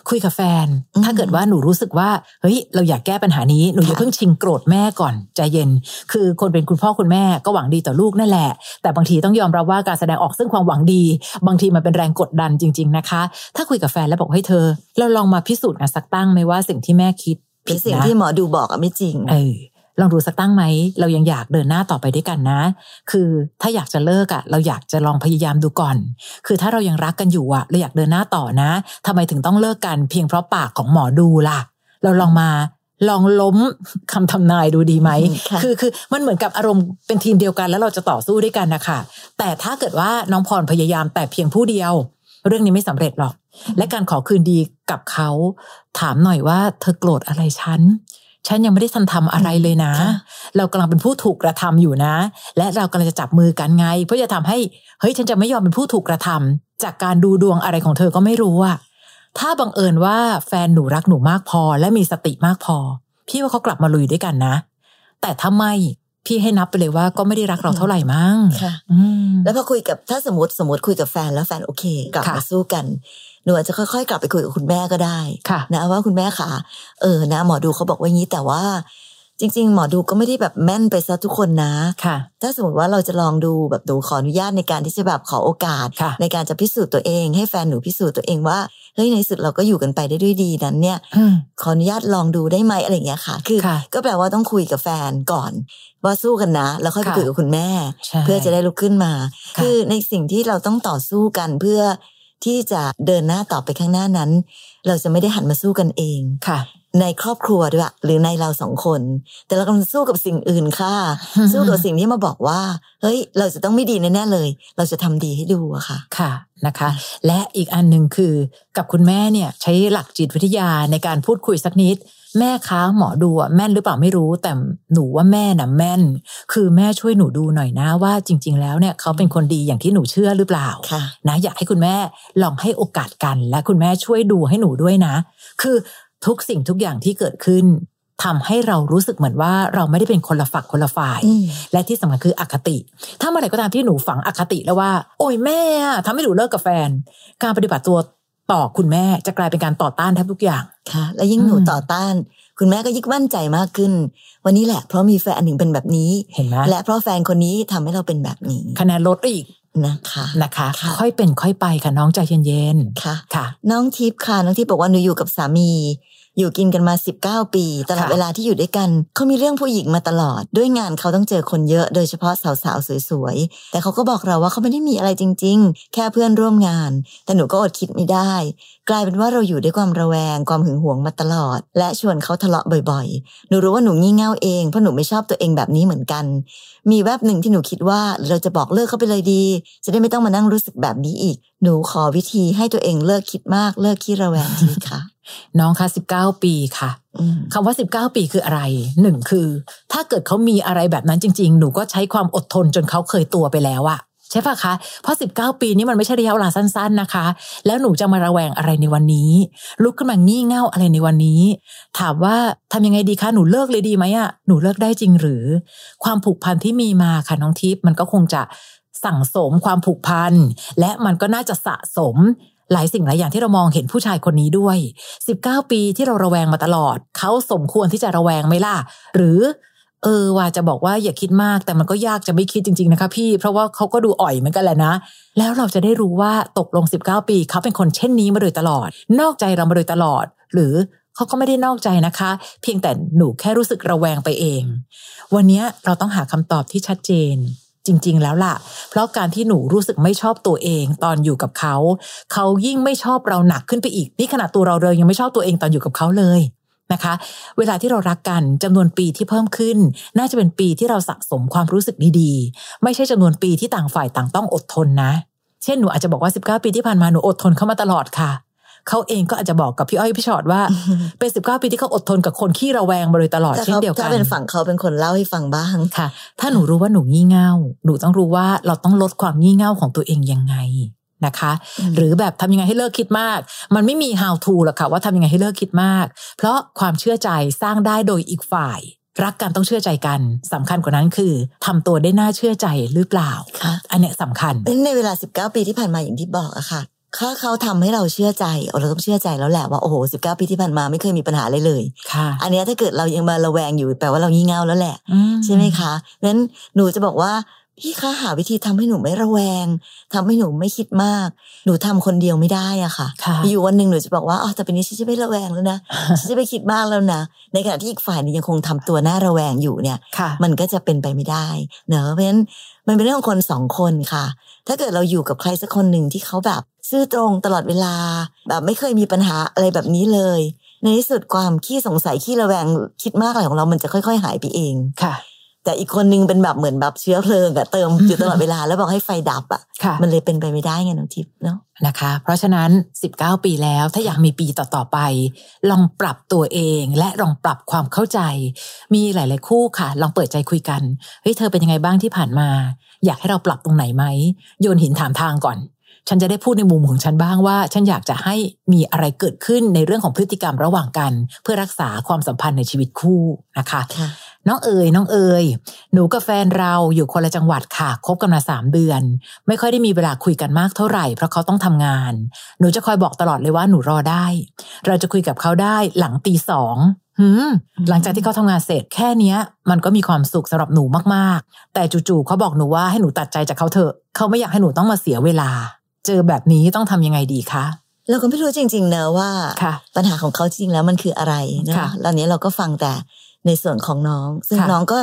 Speaker 1: คุยกับแฟน
Speaker 2: อืม
Speaker 1: ถ้าเกิดว่าหนูรู้สึกว่า เฮ้ย เราอยากแก้ปัญหานี้ หนูอย่า
Speaker 2: ค่ะ
Speaker 1: เพิ่งชิงโกรธแม่ก่อน ใจเย็น คือคนเป็นคุณพ่อคุณแม่ก็หวังดีต่อลูกนั่นแหละ แต่บางทีต้องยอมรับว่าการแสดงออกซึ่งความหวังดี บางทีมันเป็นแรงกดดันจริง ๆ นะคะ ถ้าคุยกับแฟนแล้วบอกให้ยเธอ เราลองมาพิสูจน์กันสักตั้งไหมว่าสิ่งที่แม่คิด
Speaker 2: เป็
Speaker 1: ผิ
Speaker 2: น
Speaker 1: ด
Speaker 2: สิ่ง
Speaker 1: นะ
Speaker 2: ที่หมอดูบอกอะไม่จริง
Speaker 1: เออลองดูสักตั้งไหม เรายังอยากเดินหน้าต่อไปด้วยกันนะ คือถ้าอยากจะเลิกอะเราอยากจะลองพยายามดูก่อน คือถ้าเรายังรักกันอยู่อะเราอยากเดินหน้าต่อนะทำไมถึงต้องเลิกกันเพียงเพราะปากของหมอดูล่ะ เราลองมาลองล้ม คำทำนายดูดีไหม
Speaker 2: อืมค่ะ
Speaker 1: คือคือมันเหมือนกับอารมณ์เป็นทีมเดียวกันแล้วเราจะต่อสู้ด้วยกันนะคะแต่ถ้าเกิดว่าน้องพรพยายามแต่เพียงผู้เดียว เรื่องนี้ไม่สำเร็จหรอก และการขอคืนดีกับเขา ถามหน่อยว่าเธอโกรธอะไรฉัน ฉันยังไม่ได้ทันทำอะไรเลยนะ
Speaker 2: ค่ะ
Speaker 1: เรากำลังเป็นผู้ถูกกระทำอยู่นะ และเรากำลังจะจับมือกันไง เพื่อจะทำให้เฮ้ยฉันจะไม่ยอมเป็นผู้ถูกกระทำจากการดูดวงอะไรของเธอก็ไม่รู้อะถ้าบังเอิญว่าแฟนหนูรักหนูมากพอ และมีสติมากพอ พี่ว่าเขากลับมาลุยด้วยกันนะ แต่ถ้าไม่พี่ให้นับไปเลยว่าก็ไม่ได้รักเราเท่าไหร่มั้ง
Speaker 2: ค่ะ
Speaker 1: อืม
Speaker 2: แล้วพอคุยกับถ้าสมมติสมมติคุยกับแฟนแล้วแฟนโอเคกลับ
Speaker 1: ค่ะ
Speaker 2: มาสู้กัน หนูอาจจะค่อยๆ กลับไปคุยกับคุณแม่ก็ได้
Speaker 1: ค่ะ
Speaker 2: นะว่าคุณแม่ค่ะเออนะหมอดูเขาบอกว่างี้แต่ว่า จริง ๆ หมอดูก็ไม่ได้แบบแม่นไปซะทุกคนนะ
Speaker 1: ค่ะ
Speaker 2: ถ้าสมมติว่าเราจะลองดูแบบหนูขออนุญาตในการที่จะแบบขอโอกาส
Speaker 1: ค่ะ
Speaker 2: ในการจะพิสูจน์ตัวเอง ให้แฟนหนูพิสูจน์ตัวเองว่าเฮ้ยในสุดเราก็อยู่กันไปได้ด้วยดีนั้นเนี่ย
Speaker 1: อืม
Speaker 2: ขออนุญาตลองดูได้ไหมอะไรอย่างเงี้ยค่ะ คือ
Speaker 1: ค่ะ
Speaker 2: ก็แปลว่าต้องคุยกับแฟนก่อน ว่าสู้กันนะ แล้วค่อยไป
Speaker 1: ค่ะ
Speaker 2: คุยกับคุณแม่
Speaker 1: ใช่
Speaker 2: เพื่อจะได้ลุกขึ้นมา
Speaker 1: ค่ะ
Speaker 2: คือในสิ่งที่เราต้องต่อสู้กันเพื่อที่จะเดินหน้าต่อไปข้างหน้านั้น เราจะไม่ได้หันมาสู้กันเอง
Speaker 1: ค่ะ
Speaker 2: ในครอบครัวด้วยอะหรือในเราสองคน แต่เรากำลังสู้กับสิ่งอื่นค่ะ สู้กับสิ่งที่มาบอกว่า เฮ้ย เราจะต้องไม่ดีแน่ๆเลย เราจะทำดีให้ดูอะค่ะ
Speaker 1: ค่ะนะคะ และอีกอันหนึ่งคือกับคุณแม่เนี่ยใช้หลักจิตวิทยาในการพูดคุยสักนิด แม่คะหมอดูอะแม่นหรือเปล่าไม่รู้แต่หนูว่าแม่น่ะแม่น คือแม่ช่วยหนูดูหน่อยนะว่าจริง ๆ แล้วเนี่ยเขาเป็นคนดีอย่างที่หนูเชื่อหรือเปล่า
Speaker 2: ค่ะ
Speaker 1: นะอยากให้คุณแม่ลองให้โอกาสกัน และคุณแม่ช่วยดูให้หนูด้วยนะ คือทุกสิ่งทุกอย่างที่เกิดขึ้นทำให้เรารู้สึกเหมือนว่าเราไม่ได้เป็นคนละฝักคนละฝ่าย
Speaker 2: อืม
Speaker 1: และที่สำคัญคืออคติ ถ้าเมื่อไหร่ก็ตามที่หนูฝังอคติแล้วว่า โอ้ยแม่อะทำให้หนูเลิกกับแฟน การปฏิบัติตัวต่อคุณแม่จะกลายเป็นการต่อต้านแทบทุกอย่าง
Speaker 2: ค่ะ และยิ่งหนูต่อต้าน คุณแม่ก็ยิ่งมั่นใจมากขึ้น วันนี้แหละเพราะมีแฟนหนึ่งเป็นแบบนี้
Speaker 1: เห็นไหม
Speaker 2: และเพราะแฟนคนนี้ทำให้เราเป็นแบบนี้
Speaker 1: คะแนนลดอีก
Speaker 2: นะคะ
Speaker 1: นะคะ
Speaker 2: ค่ะ
Speaker 1: ค่อยเป็นค่อยไปค่ะน้องใจเย็น
Speaker 2: ค่ะ
Speaker 1: ๆค่ะ
Speaker 2: น้องทิพย์ค่ะ น้องทิพย์บอกว่าหนูอยู่กับสามี อยู่กินกันมา 19 ปีตลอด
Speaker 1: ค่ะ
Speaker 2: เวลาที่อยู่ด้วยกันเขามีเรื่องผู้หญิงมาตลอด ด้วยงานเขาต้องเจอคนเยอะ โดยเฉพาะสาวๆสวยๆแต่เขาก็บอกเราว่าเขาไม่ได้มีอะไรจริง ๆ แค่เพื่อนร่วมงาน แต่หนูก็อดคิดไม่ได้ กลายเป็นว่าเราอยู่ด้วยความระแวง ความหึงหวงมาตลอด และชวนเขาทะเลาะบ่อยๆ หนูรู้ว่าหนูงี่เง่าเองเพราะหนูไม่ชอบตัวเองแบบนี้เหมือนกัน มีแวบหนึ่งที่หนูคิดว่าเราจะบอกเลิกเขาไปเลยดี จะได้ไม่ต้องมานั่งรู้สึกแบบนี้อีก หนูขอวิธีให้ตัวเองเลิกคิดมากเลิกคิดระแวงทีค่ะ
Speaker 1: น้องคะ19 ปีค่ะ
Speaker 2: อืม
Speaker 1: คำว่า 19 ปีคืออะไรหนึ่งคือ ถ้าเกิดเขามีอะไรแบบนั้นจริง ๆ หนูก็ใช้ความอดทนจนเขาเคยตัวไปแล้วอะใช่ปะคะ เพราะ 19 ปีนี้มันไม่ใช่ระยะเวลาสั้น ๆนะคะ แล้วหนูจะมาระแวงอะไรในวันนี้ ลุกขึ้นมางี่เง่าอะไรในวันนี้ ถามว่าทำยังไงดีคะหนูเลิกเลยดีไหมอะหนูเลิกได้จริงหรือ ความผูกพันที่มีมาค่ะน้องทิพย์มันก็คงจะสั่งสมความผูกพัน และมันก็น่าจะสะสมหลายสิ่งหลายอย่างที่เรามองเห็นผู้ชายคนนี้ด้วย 19 ปีที่เราระแวงมาตลอด เขาสมควรที่จะระแวงไหมล่ะ หรือ เออว่าจะบอกว่าอย่าคิดมากแต่มันก็ยากจะไม่คิดจริง ๆ นะคะพี่ เพราะว่าเขาก็ดูอ่อยเหมือนกันแหละนะ แล้วเราจะได้รู้ว่าตกลง 19 ปีเขาเป็นคนเช่นนี้มาโดยตลอด นอกใจเรามาโดยตลอด หรือเขาก็ไม่ได้นอกใจนะคะ เพียงแต่หนูแค่รู้สึกระแวงไปเอง วันเนี้ยเราต้องหาคำตอบที่ชัดเจน จริง ๆ แล้วล่ะ เพราะการที่หนูรู้สึกไม่ชอบตัวเองตอนอยู่กับเขา เขายิ่งไม่ชอบเราหนักขึ้นไปอีก นี่ขนาดตัวเราเรายังไม่ชอบตัวเองตอนอยู่กับเขาเลยนะคะ เวลาที่เรารักกันจำนวนปีที่เพิ่มขึ้น น่าจะเป็นปีที่เราสะสมความรู้สึกดีๆ ไม่ใช่จำนวนปีที่ต่างฝ่ายต่างต้องอดทนนะ เช่นหนูอาจจะบอกว่า 19 ปีที่ผ่านมาหนูอดทนเข้ามาตลอดค่ะ เขาเองก็อาจจะบอกกับพี่อ้อยพี่ชอด ว่า เป็น 19 ปีที่เขาอดทนกับคนขี้ระแวงมาโดยตลอด
Speaker 2: แต่
Speaker 1: เช่น
Speaker 2: เขา
Speaker 1: เดียวกัน
Speaker 2: ถ้าเป็นฝั่งเขาเป็นคนเล่าให้ฟังบ้าง
Speaker 1: ค่ะ ถ้าหนูรู้ว่าหนูงี่เง่า หนูต้องรู้ว่าเราต้องลดความงี่เง่าของตัวเองยังไงนะคะ
Speaker 2: อืม
Speaker 1: หรือแบบทำยังไงให้เลิกคิดมาก มันไม่มี how to หรอกค่ะว่าทำยังไงให้เลิกคิดมาก เพราะความเชื่อใจสร้างได้โดยอีกฝ่าย รักกันต้องเชื่อใจกันสำคัญกว่านั้นคือทำตัวได้น่าเชื่อใจหรือเปล่า
Speaker 2: ค่ะ
Speaker 1: อันเนี้ยสำคัญ
Speaker 2: เป็นในเวลา 19 ปีที่ผ่านมาอย่างที่บอกอะค่ะถ้าเขาทำให้เราเชื่อใจเอาเราต้องเชื่อใจแล้วแหละว่าโอ้โห19 ปีที่ผ่านมาไม่เคยมีปัญหาเลยเลย
Speaker 1: ค่ะ
Speaker 2: อันเนี้ยถ้าเกิดเรายังมาระแวงอยู่แปลว่าเรางี่เง่าแล้วแหละ
Speaker 1: อื
Speaker 2: ใช่ไหมคะนั้นหนูจะบอกว่าพี่คะหาวิธีทำให้หนูไม่ระแวงทำให้หนูไม่คิดมาก หนูทำคนเดียวไม่ได้อะค่ะ
Speaker 1: ค่ะ
Speaker 2: มีอยู่วันหนึ่งหนูจะบอกว่าอ๋อแต่เป็นนี้ฉันจะไม่ระแวงแล้วนะ ฉันจะไม่คิดมากแล้วนะ ในขณะที่อีกฝ่ายหนึงยังคงทำตัวน่าระแวงอยู่เนี่ย
Speaker 1: ค่ะ
Speaker 2: มันก็จะเป็นไปไม่ได้เนอะเพราะฉะนั้นมันเป็นเรื่องของคนสองคนค่ะ ถ้าเกิดเราอยู่กับใครสักคนหนึ่งที่เขาแบบซื่อตรงตลอดเวลา แบบไม่เคยมีปัญหาอะไรแบบนี้เลย ในที่สุดความขี้สงสัยขี้ระแวงคิดมากอะไรของเรามันจะค่อย ๆ หายไปเอง
Speaker 1: ค่ะ
Speaker 2: แต่อีกคนนึงเป็นแบบเหมือนแบบเชื้อเพลิงอะเติม อยู่ตลอดเวลาแล้วบอกให้ไฟดับอะ
Speaker 1: ค่ะ
Speaker 2: มันเลยเป็นไปไม่ได้ไงน้องทิพย์เนาะ
Speaker 1: นะคะ เพราะฉะนั้น 19 ปีแล้ว ถ้าอยากมีปีต่อ ๆ ไป ลองปรับตัวเอง และลองปรับความเข้าใจ มีหลาย ๆ คู่ค่ะ ลองเปิดใจคุยกัน เฮ้ย เธอเป็นยังไงบ้างที่ผ่านมา อยากให้เราปรับตรงไหนไหม โยนหินถามทางก่อน ฉันจะได้พูดในมุมของฉันบ้างว่า ฉันอยากจะให้มีอะไรเกิดขึ้นในเรื่องของพฤติกรรมระหว่างกัน เพื่อรักษาความสัมพันธ์ในชีวิตคู่นะคะ
Speaker 2: ค่ะ
Speaker 1: น้องเอ๋ยน้องเอ๋ยหนูกับแฟนเราอยู่คนละจังหวัดค่ะคบกันมาสามเดือน ไม่ค่อยได้มีเวลาคุยกันมากเท่าไหร่เพราะเขาต้องทำงาน หนูจะคอยบอกตลอดเลยว่าหนูรอได้ เราจะคุยกับเขาได้หลังตีสองหืม หลังจากที่เขาทำงานเสร็จแค่เนี้ย มันก็มีความสุขสำหรับหนูมากๆ แต่จู่ๆเขาบอกหนูว่าให้หนูตัดใจจากเขาเถอะ เขาไม่อยากให้หนูต้องมาเสียเวลา เจอแบบนี้ต้องทำยังไงดีคะ
Speaker 2: เราก็ไม่รู้จริงๆนะว่า
Speaker 1: ค่ะ
Speaker 2: ปัญหาของเขาจริงๆแล้วมันคืออะไรนะ
Speaker 1: ค่ะ
Speaker 2: ตอนนี้เราก็ฟังแต่ในส่วนของน้อง ซึ่ง
Speaker 1: ค่ะ
Speaker 2: น้องก็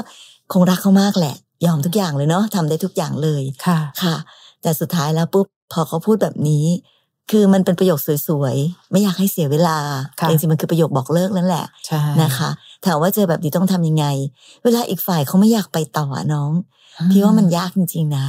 Speaker 2: คงรักเขามากแหละ ยอมทุกอย่างเลยเนาะทำได้ทุกอย่างเลย
Speaker 1: ค่ะ
Speaker 2: ค่ะ แต่สุดท้ายแล้วปุ๊บพอเขาพูดแบบนี้ คือมันเป็นประโยคสวยๆ ไม่อยากให้เสียเวลา
Speaker 1: ค่ะ
Speaker 2: แต่จริงๆมันคือประโยคบอกเลิกนั่นแหละ
Speaker 1: ใช่
Speaker 2: นะคะถามว่าเจอแบบนี้ต้องทำยังไง เวลาอีกฝ่ายเขาไม่อยากไปต่ออะน้อง พี่ว่ามันยากจริง ๆ นะ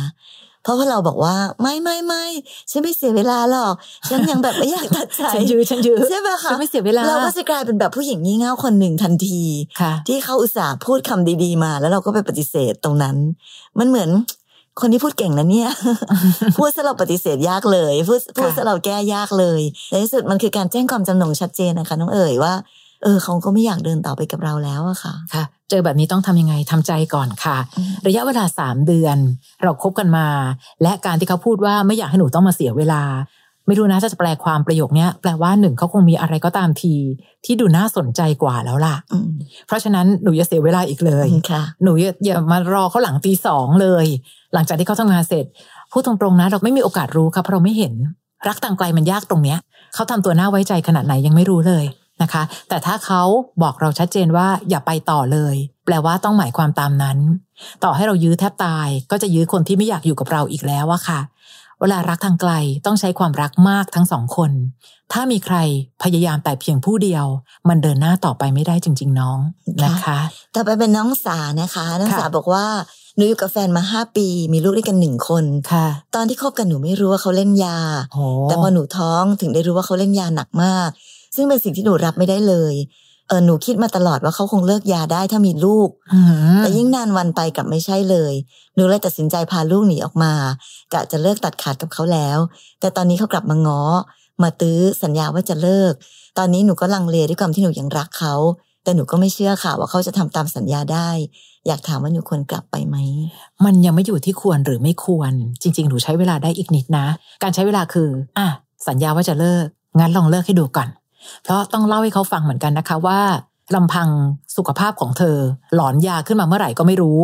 Speaker 2: เพราะว่าเราบอกว่าไม่ไม่ไม่ฉันไม่เสียเวลาหรอก ฉันยังแบบไม่อยากตัดใจ
Speaker 1: ฉันยื้อฉันยื้อ
Speaker 2: ใช่ไหมคะ
Speaker 1: ฉันไม่เสียเวลา
Speaker 2: เราก็จะกลายเป็นแบบผู้หญิงงี่เง่าคนหนึ่งทันที
Speaker 1: ค่ะ
Speaker 2: ที่เขาอุตส่าห์พูดคำดีๆมา แล้วเราก็ไปปฏิเสธตรงนั้น มันเหมือน คนที่พูดเก่งนะเนี่ย พูดซะเราปฏิเสธยากเลยพูดพูดซะเราแก้ยากเลยในที่สุดมันคือการแจ้งความจำนงชัดเจนนะคะน้องเอ๋ยว่าเออเขาก็ไม่อยากเดินต่อไปกับเราแล้วอะค่ะ
Speaker 1: ค่ะ เจอแบบนี้ต้องทำยังไงทำใจก่อนค่ะ
Speaker 2: อืม
Speaker 1: ระยะเวลาสามเดือน เราคบกันมา และการที่เขาพูดว่าไม่อยากให้หนูต้องมาเสียเวลา ไม่รู้นะถ้าจะแปลความประโยคเนี้ยแปลว่าหนึ่งเขาคงมีอะไรก็ตามที ที่ดูน่าสนใจกว่าแล้วล่ะ
Speaker 2: อืม
Speaker 1: เพราะฉะนั้นหนูอย่าเสียเวลาอีกเลย
Speaker 2: ค่ะ
Speaker 1: หนูอย่าอย่ามารอเขาหลังตีสองเลย หลังจากที่เขาทำงานเสร็จพูดตรงๆนะเราไม่มีโอกาสรู้ครับเพราะเราไม่เห็น รักต่างไกลมันยากตรงเนี้ยเขาทำตัวน่าไว้ใจขนาดไหนยังไม่รู้เลยนะคะ แต่ถ้าเขาบอกเราชัดเจนว่าอย่าไปต่อเลย แปลว่าต้องหมายความตามนั้น ต่อให้เรายื้อแทบตาย ก็จะยื้อคนที่ไม่อยากอยู่กับเราอีกแล้วอะค่ะ เวลารักทางไกลต้องใช้ความรักมากทั้งสองคน ถ้ามีใครพยายามแต่เพียงผู้เดียว มันเดินหน้าต่อไปไม่ได้จริง ๆ น้องนะคะ
Speaker 2: ต่อไปเป็นน้องสานะคะ น้อง
Speaker 1: ค่ะ
Speaker 2: สาบอกว่าหนูอยู่กับแฟนมาห้าปี มีลูกด้วยกันหนึ่งคน
Speaker 1: ค่ะ
Speaker 2: ตอนที่คบกันหนูไม่รู้ว่าเขาเล่นยา
Speaker 1: โอ้
Speaker 2: แต่พอหนูท้องถึงได้รู้ว่าเขาเล่นยาหนักมาก ซึ่งเป็นสิ่งที่หนูรับไม่ได้เลยเออหนูคิดมาตลอดว่าเขาคงเลิกยาได้ถ้ามีลูก
Speaker 1: อืม
Speaker 2: แต่ยิ่งนานวันไปกลับไม่ใช่เลย หนูเลยตัดสินใจพาลูกหนีออกมากะจะเลิกตัดขาดกับเขาแล้ว แต่ตอนนี้เขากลับมาง้อ มาตื้อสัญญาว่าจะเลิก ตอนนี้หนูก็ลังเลด้วยความที่หนูยังรักเขา แต่หนูก็ไม่เชื่อค่ะว่าเขาจะทำตามสัญญาได้ อยากถามว่าหนูควรกลับไปไหม
Speaker 1: มันยังไม่อยู่ที่ควรหรือไม่ควร จริง ๆ หนูใช้เวลาได้อีกนิดนะ การใช้เวลาคือ อ่ะ สัญญาว่าจะเลิก งั้นลองเลิกให้ดูก่อน เพราะต้องเล่าให้เขาฟังเหมือนกันนะคะว่าลำพังสุขภาพของเธอ หลอนยาขึ้นมาเมื่อไหร่ก็ไม่รู้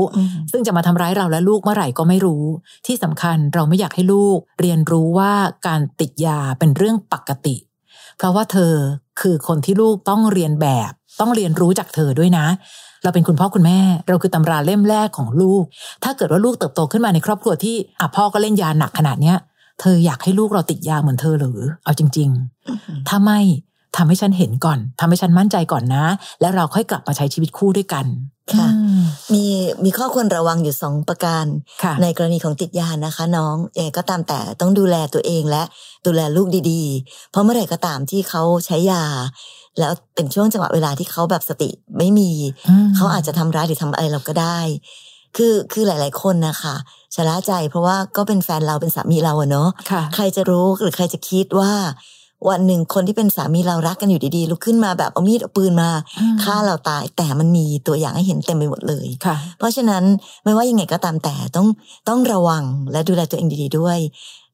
Speaker 1: ซึ่งจะมาทำร้ายเราและลูกเมื่อไหร่ก็ไม่รู้ ที่สำคัญเราไม่อยากให้ลูก เรียนรู้ว่าการติดยาเป็นเรื่องปกติ เพราะว่าเธอคือคนที่ลูกต้องเรียนแบบ ต้องเรียนรู้จากเธอด้วยนะ เราเป็นคุณพ่อคุณแม่ เราคือตำราเล่มแรกของลูก ถ้าเกิดว่าลูกเติบโตขึ้นมาในครอบครัวที่อ่ะพ่อก็เล่นยาหนักขนาดเนี้ย เธออยากให้ลูกเราติดยาเหมือนเธอหรือ เอาจริง ๆ ถ้าไม่ทำให้ฉันเห็นก่อนทำให้ฉันมั่นใจก่อนนะ แล้วเราค่อยกลับมาใช้ชีวิตคู่ด้วยกัน
Speaker 2: ค่ะ มีมีข้อควรระวังอยู่สองประการ
Speaker 1: ค่ะ
Speaker 2: ในกรณีของติดยานะคะน้องยังไงก็ตามแต่ต้องดูแลตัวเองและดูแลลูกดีๆ เพราะเมื่อไหร่ก็ตามที่เขาใช้ยา แล้วเป็นช่วงจังหวะเวลาที่เขาแบบสติไม่มี เขาอาจจะทำร้ายหรือทำอะไรเราก็ได้ คือคือหลายๆคนนะคะชะล่าใจเพราะว่าก็เป็นแฟนเราเป็นสามีเราอะเนาะ
Speaker 1: ค่ะ
Speaker 2: ใครจะรู้หรือใครจะคิดว่า วันหนึ่งคนที่เป็นสามีเรารักกันอยู่ดีๆลุกขึ้นมาแบบเอามีดเอาปืนมาฆ่าเราตายแต่มันมีตัวอย่างให้เห็นเต็มไปหมดเลย
Speaker 1: ค่ะ
Speaker 2: เพราะฉะนั้นไม่ว่ายังไงก็ตามแต่ต้องต้องระวังและดูแลตัวเองดีๆด้วย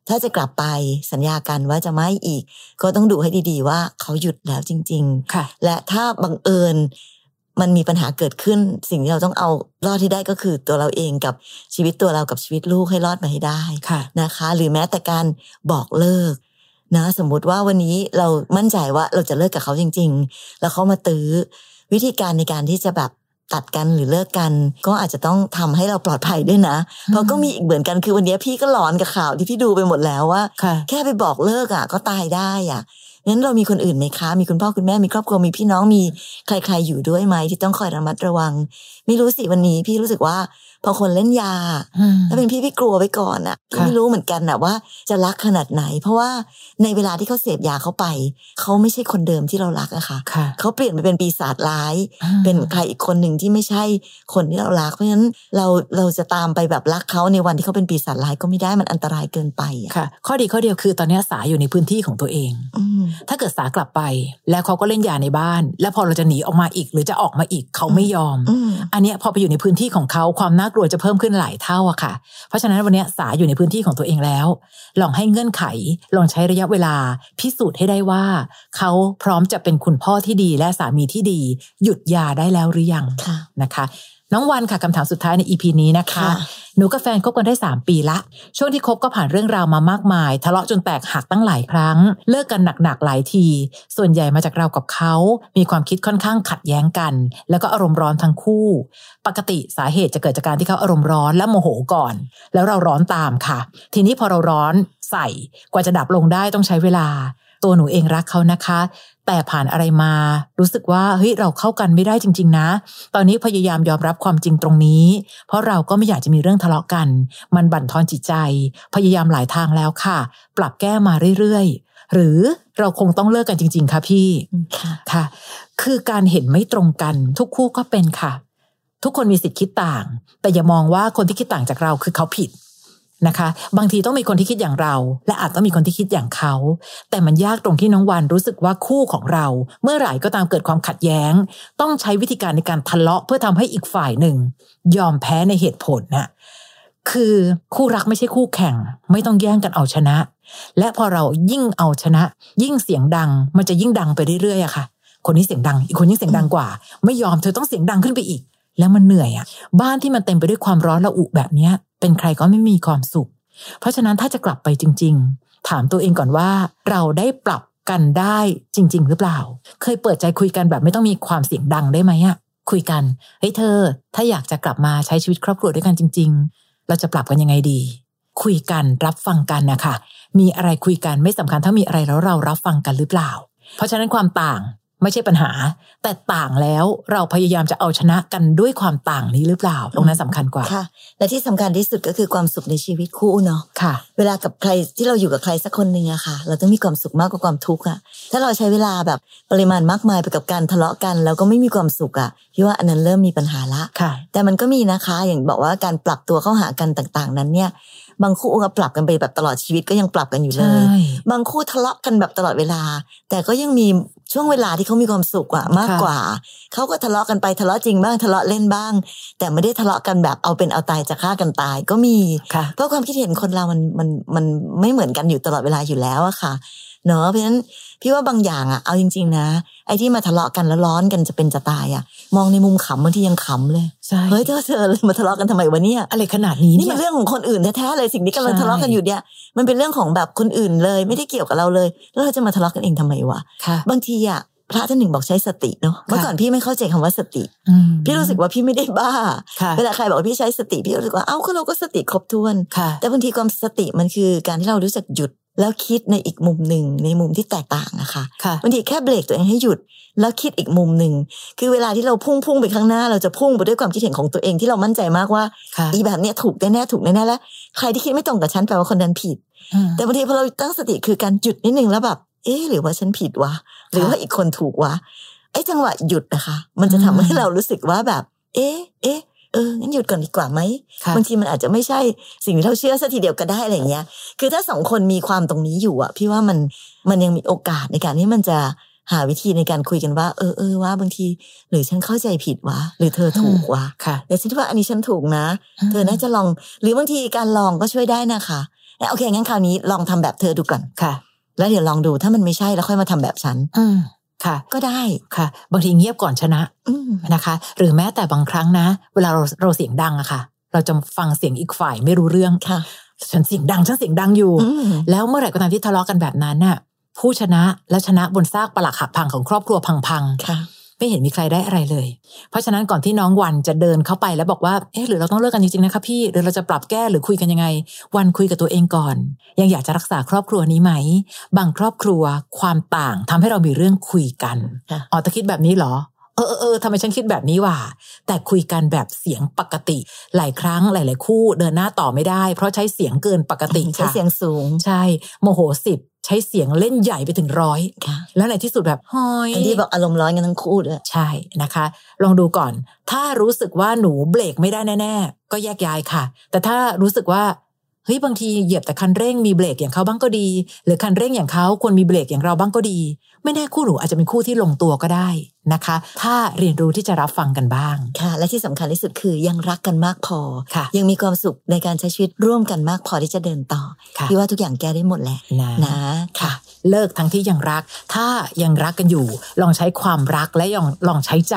Speaker 2: ถ้าจะกลับไปสัญญากันว่าจะไม่อีก ก็ต้องดูให้ดีๆว่าเขาหยุดแล้วจริง
Speaker 1: ค่ะ
Speaker 2: ๆ และถ้าบังเอิญมันมีปัญหาเกิดขึ้น สิ่งที่เราต้องเอารอดที่ได้ก็คือตัวเราเองกับชีวิตตัวเรากับชีวิตลูกให้รอดมาให้ได้
Speaker 1: ค่ะ
Speaker 2: นะคะ หรือแม้แต่การบอกเลิกนะสมมุติว่าวันนี้เรามั่นใจว่าเราจะเลิกกับเขาจริง ๆ แล้วเขามาตื้อ วิธีการในการที่จะแบบตัดกันหรือเลิกกัน ก็อาจจะต้องทำให้เราปลอดภัยด้วยนะ เพราะก็มีอีกเหมือนกันคือวันนี้พี่ก็หลอนกับข่าวที่พี่ดูไปหมดแล้วว่า
Speaker 1: ค่ะ
Speaker 2: แค่ไปบอกเลิกอ่ะก็ตายได้อ่ะงั้นเรามีคนอื่นไหมคะ มีคุณพ่อคุณแม่มีครอบครัวมีพี่น้องมีใครๆอยู่ด้วยไหมที่ต้องคอยระมัดระวัง ไม่รู้สิวันนี้พี่รู้สึกว่าพอคนเล่นยา ถ้าเป็นพี่พี่กลัวไว้ก่อนอะพี่
Speaker 1: ค่ะ
Speaker 2: ไม่รู้เหมือนกันนะว่าจะรักขนาดไหน เพราะว่าในเวลาที่เขาเสพยาเข้าไป เขาไม่ใช่คนเดิมที่เรารักอะค่ะ
Speaker 1: ค่ะ
Speaker 2: เขาเปลี่ยนไปเป็นปีศาจร้าย เป็นใครอีกคนหนึ่งที่ไม่ใช่คนที่เรารักเพราะฉะนั้นเราเราจะตามไปแบบรักเขาในวันที่เขาเป็นปีศาจร้ายก็ไม่ได้มันอันตรายเกินไปอะ
Speaker 1: ค่ะ ข้อดีข้อเดียวคือตอนนี้สาอยู่ในพื้นที่ของตัวเอง
Speaker 2: อืม
Speaker 1: ถ้าเกิดสากลับไป แล้วเขาก็เล่นยาในบ้าน แล้วพอเราจะหนีออกมาอีก หรือจะออกมาอีกเขาไม่ยอม
Speaker 2: อืม
Speaker 1: อันเนี้ยพอไปอยู่ในพื้นที่ของเขาความน่ากลัวจะเพิ่มขึ้นหลายเท่าอะค่ะ เพราะฉะนั้นวันเนี้ยสาอยู่ในพื้นที่ของตัวเองแล้ว ลองให้เงื่อนไข ลองใช้ระยะเวลา พิสูจน์ให้ได้ว่า เขาพร้อมจะเป็นคุณพ่อที่ดีและสามีที่ดี หยุดยาได้แล้วหรือยัง
Speaker 2: ค่ะ
Speaker 1: นะคะ น้องวันค่ะคำถามสุดท้ายใน EP นี้นะคะ หนูกับแฟนคบกันได้ 3 ปีละ ช่วงที่คบก็ผ่านเรื่องราวมามากมาย ทะเลาะจนแตกหักตั้งหลายครั้ง เลิกกันหนักๆหลายที ส่วนใหญ่มาจากเรากับเขา มีความคิดค่อนข้างขัดแย้งกัน แล้วก็อารมณ์ร้อนทั้งคู่ ปกติสาเหตุจะเกิดจากการที่เขาอารมณ์ร้อนและโมโหก่อน แล้วเราร้อนตามค่ะ ทีนี้พอเราร้อนใส่กว่าจะดับลงได้ต้องใช้เวลา ตัวหนูเองรักเขานะคะ แต่ผ่านอะไรมา รู้สึกว่าเฮ้ยเราเข้ากันไม่ได้จริง ๆ นะ ตอนนี้พยายามยอมรับความจริงตรงนี้ เพราะเราก็ไม่อยากจะมีเรื่องทะเลาะกัน มันบั่นทอนจิตใจ พยายามหลายทางแล้วค่ะ ปรับแก้มาเรื่อยๆ หรือเราคงต้องเลิกกันจริง ๆ ค่ะพี่
Speaker 2: ค่ะ
Speaker 1: ค่ะ คือการเห็นไม่ตรงกัน ทุกคู่ก็เป็นค่ะ ทุกคนมีสิทธิ์คิดต่าง แต่อย่ามองว่าคนที่คิดต่างจากเราคือเขาผิดนะคะ บางทีต้องมีคนที่คิดอย่างเรา และอาจต้องมีคนที่คิดอย่างเขา แต่มันยากตรงที่น้องวันรู้สึกว่าคู่ของเรา เมื่อไหร่ก็ตามเกิดความขัดแย้ง ต้องใช้วิธีการในการทะเลาะเพื่อทำให้อีกฝ่ายหนึ่ง ยอมแพ้ในเหตุผลน่ะคือคู่รักไม่ใช่คู่แข่ง ไม่ต้องแย่งกันเอาชนะ และพอเรายิ่งเอาชนะ ยิ่งเสียงดัง มันจะยิ่งดังไปเรื่อยๆอะค่ะ คนนี้เสียงดัง อีกคนยิ่งเสียงดังกว่า ไม่ยอมเธอต้องเสียงดังขึ้นไปอีก แล้วมันเหนื่อยอะบ้านที่มันเต็มไปด้วยความร้อนระอุแบบเนี้ย เป็นใครก็ไม่มีความสุข เพราะฉะนั้นถ้าจะกลับไปจริง ๆ ถามตัวเองก่อนว่า เราได้ปรับกันได้จริง ๆ หรือเปล่า เคยเปิดใจคุยกันแบบไม่ต้องมีความเสียงดังได้ไหมอะคุยกันเฮ้ยเธอ ถ้าอยากจะกลับมาใช้ชีวิตครอบครัวด้วยกันจริง ๆ เราจะปรับกันยังไงดี คุยกันรับฟังกันนะคะ มีอะไรคุยกันไม่สำคัญถ้ามีอะไรแล้วเรารับฟังกันหรือเปล่า เพราะฉะนั้นความต่างไม่ใช่ปัญหา แต่ต่างแล้วเราพยายามจะเอาชนะกันด้วยความต่างนี้หรือเปล่า ตรงนั้นสำคัญกว่า
Speaker 2: ค่ะ และที่สำคัญที่สุดก็คือความสุขในชีวิตคู่เนาะ
Speaker 1: ค่ะ
Speaker 2: เวลากับใครที่เราอยู่กับใครสักคนหนึ่งอะค่ะ เราต้องมีความสุขมากกว่าความทุกข์อะถ้าเราใช้เวลาแบบปริมาณมากมายไปกับการทะเลาะกัน แล้วก็ไม่มีความสุขอะพี่ว่าอันนั้นเริ่มมีปัญหาละ
Speaker 1: ค่ะ
Speaker 2: แต่มันก็มีนะคะ อย่างบอกว่าการปรับตัวเข้าหากันต่างๆ นั้นเนี่ย บางคู่ก็ปรับกันไปแบบตลอดชีวิตก็ยังปรับกันอยู่เล
Speaker 1: ใช่
Speaker 2: ย บางคู่ทะเลาะกันแบบตลอดเวลา แต่ก็ยังมีช่วงเวลาที่เขามีความสุขอะมากกว่า เขาก็ทะเลาะกันไปทะเลาะจริงบ้างทะเลาะเล่นบ้าง แต่ไม่ได้ทะเลาะกันแบบเอาเป็นเอาตายจะฆ่ากันตาย ก็มี
Speaker 1: ค่ะ
Speaker 2: เพราะความคิดเห็นคนเรามันมันมันไม่เหมือนกันอยู่ตลอดเวลาอยู่แล้วอะค่ะ เนาะเพราะฉะนั้นพี่ว่าบางอย่างอะเอาจริง ๆ นะ ไอ้ที่มาทะเลาะกันแล้วร้อนกันจะเป็นจะตายอะมองในมุมขำบางทียังขำเลย
Speaker 1: ใช่
Speaker 2: เฮ้ยเธอเธอเลยมาทะเลาะกันทำไมวะเนี่ย
Speaker 1: อะไรขนาดนี้
Speaker 2: นี่
Speaker 1: เนี่
Speaker 2: มั
Speaker 1: ย
Speaker 2: นเรื่องของคนอื่นแท้ๆเลยสิ่งที่กำลัง
Speaker 1: ใช่
Speaker 2: ทะเลาะกันอยู่เนี่ย มันเป็นเรื่องของแบบคนอื่นเลย ไม่ได้เกี่ยวกับเราเลย แล้วเราจะมาทะเลาะกันเองทำไมวะ
Speaker 1: ค่ะ
Speaker 2: บางทีอะพระท่านหนึ่งบอกใช้สติเนาะเมื่อก่อนพี่ไม่เข้าใจคำว่าสติ
Speaker 1: อืม
Speaker 2: พี่รู้สึกว่าพี่ไม่ได้บ้า
Speaker 1: ค่ะ
Speaker 2: เวลาใครบอกว่าพี่ใช้สติพี่รู้สึกว่าเอ้าก็เราก็สติครบถ้วน
Speaker 1: ค่ะ
Speaker 2: แต่บางทีความสติมันคือการที่เรารู้จักหยุด แล้วคิดในอีกมุมหนึ่งในมุมที่แตกต่างอะค่ะ
Speaker 1: ค่ะ
Speaker 2: บางทีแค่เบรกตัวเองให้หยุด แล้วคิดอีกมุมหนึ่งคือเวลาที่เราพุ่งพุ่งไปข้างหน้า เราจะพุ่งไปด้วยความคิดเห็นของตัวเองที่เรามั่นใจมากว่า
Speaker 1: ค่ะ
Speaker 2: อีแบบเนี้ยถูกแน่ๆถูกแน่ๆแล้วใครที่คิดไม่ตรงกับฉันแปลว่าคนนั้นผิด
Speaker 1: อืม
Speaker 2: แต่บางทีพอเราตั้งสติคือการหยุดนิดนึงแล้วแบบ เอ๊ะหรือว่าฉันผิดวะหรือว่าอีกคนถูกวะไอ้จังหวะหยุดนะคะมันจะทำให้
Speaker 1: อืม
Speaker 2: เรารู้สึกว่าแบบ เอ๊ะเอ๊ะเอองั้นหยุดก่อนดีกว่าไหม
Speaker 1: ค่ะ
Speaker 2: บางทีมันอาจจะไม่ใช่สิ่งที่เราเชื่อซะทีเดียวก็ได้อะไรอย่างเงี้ย คือถ้าสองคนมีความตรงนี้อยู่อะพี่ว่ามันมันยังมีโอกาสในการที่มันจะหาวิธีในการคุยกันว่า เออเออว่าบางที หรือฉันเข้าใจผิดวะหรือเธอถูกวะ
Speaker 1: ค่ะ
Speaker 2: แต่ฉันว่าอันนี้ฉันถูกนะ เธอน่าจะลอง หรือบางทีการลองก็ช่วยได้นะคะแล้วโอเคงั้นคราวนี้ลองทำแบบเธอดูก่อน
Speaker 1: ค่ะ
Speaker 2: แล้วเดี๋ยวลองดูถ้ามันไม่ใช่แล้วค่อยมาทำแบบฉัน
Speaker 1: อืม ค่ะ
Speaker 2: ก็ได้
Speaker 1: ค่ะ บางทีเงียบก่อนชนะ
Speaker 2: อืม
Speaker 1: นะคะหรือแม้แต่บางครั้งนะ เวลาเราเราเสียงดังอะค่ะ เราจะฟังเสียงอีกฝ่ายไม่รู้เรื่อง
Speaker 2: ค่ะ
Speaker 1: ฉันเสียงดังฉันเสียงดังอยู่
Speaker 2: อืม
Speaker 1: แล้วเมื่อไหร่ก็ตามที่ทะเลาะกันแบบนั้นน่ะผู้ชนะและชนะบนซากปลักหักพังของครอบครัวพัง
Speaker 2: ค่ะ
Speaker 1: ๆ ไม่เห็นมีใครได้อะไรเลย เพราะฉะนั้นก่อนที่น้องวันจะเดินเข้าไปแล้วบอกว่าเอ๊ะหรือเราต้องเลิกกันจริงๆนะคะพี่หรือเราจะปรับแก้หรือคุยกันยังไง วันคุยกับตัวเองก่อน ยังอยากจะรักษาครอบครัวนี้ไหม บางครอบครัวความต่างทำให้เรามีเรื่องคุยกัน
Speaker 2: ค่ะ
Speaker 1: อ๋อแต่คิดแบบนี้เหรอ เออเออเออทำไมฉันคิดแบบนี้ว่ะแต่คุยกันแบบเสียงปกติ หลายครั้งหลาย ๆ คู่เดินหน้าต่อไม่ได้ เพราะใช้เสียงเกินปกติ
Speaker 2: ใช้
Speaker 1: ค่ะ
Speaker 2: เสียงสูง
Speaker 1: ใช่ โมโหสิบใช้เสียงเล่นใหญ่ไปถึงร้อย
Speaker 2: ค่ะ
Speaker 1: แล้วในที่สุดแบบหอย
Speaker 2: อันที่บอกอารมณ์ร้อนกันทั้งคู่ด้วย
Speaker 1: ใช่นะคะ ลองดูก่อน ถ้ารู้สึกว่าหนูเบรกไม่ได้แน่ ๆ ก็แยกย้ายค่ะ แต่ถ้ารู้สึกว่า เฮ้ยบางทีเหยียบแต่คันเร่งมีเบรกอย่างเขาบ้างก็ดี หรือคันเร่งอย่างเขาควรมีเบรกอย่างเราบ้างก็ดี ไม่แน่คู่หนูอาจจะเป็นคู่ที่ลงตัวก็ได้นะคะ ถ้าเรียนรู้ที่จะรับฟังกันบ้าง
Speaker 2: ค่ะ และที่สำคัญที่สุดคือยังรักกันมากพอ
Speaker 1: ค่ะ
Speaker 2: ยังมีความสุขในการใช้ชีวิตร่วมกันมากพอที่จะเดินต่อ
Speaker 1: ค่ะ
Speaker 2: พี่ว่าทุกอย่างแก้ได้หมดแหละ
Speaker 1: นะ
Speaker 2: นะ
Speaker 1: ค่ะ เลิกทั้งที่ยังรัก ถ้ายังรักกันอยู่ ลองใช้ความรักและลองลองใช้ใจ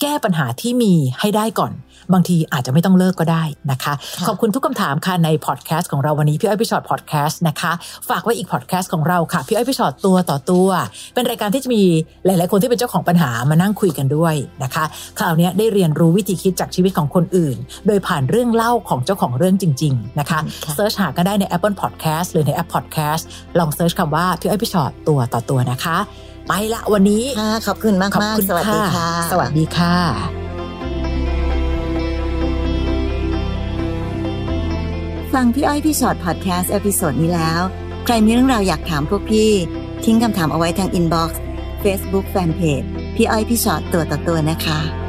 Speaker 1: แก้ปัญหาที่มีให้ได้ก่อน บางทีอาจจะไม่ต้องเลิกก็ได้นะคะ
Speaker 2: ะ
Speaker 1: ขอบคุณทุกคำถามค่ะในพอดแคสต์ของเราวันนี้พี่อ้อยพี่ชอตพอดแคสต์นะคะ ฝากไว้อีกพอดแคสต์ของเราค่ะ พี่อ้อยพี่ชอตตัวต่อตัว เป็นรายการที่จะมีหลาย ๆ คนที่เป็นเจ้าของปัญหามานั่งคุยกันด้วยนะคะ คราวเนี้ยได้เรียนรู้วิธีคิดจากชีวิตของคนอื่น โดยผ่านเรื่องเล่าของเจ้าของเรื่องจริง ๆ นะคะ
Speaker 2: ค่ะ
Speaker 1: เซิร์ชหาก็ได้ใน Apple Podcast หรือในแอป Podcast ลองเซิร์ชคำว่าพี่อ้อยพี่ชอตตัวต่อตัวนะคะ ไปละวันนี้
Speaker 2: ค่ะขอบคุณมาก
Speaker 1: ขอบ
Speaker 2: มาก
Speaker 1: คุณ
Speaker 2: สวัสดีค่ะ
Speaker 1: สวัสดีค่ะ
Speaker 2: ฟังพี่อ้อยพี่ชอตพอดแคสต์เอพิโซดนี้แล้ว ใครมีเรื่องราวอยากถามพวกพี่ ทิ้งคำถามเอาไว้ทางอินบ็อกซ์เฟซบุ๊กแฟนเพจพี่อ้อยพี่ชอตตัวต่อตัวนะคะ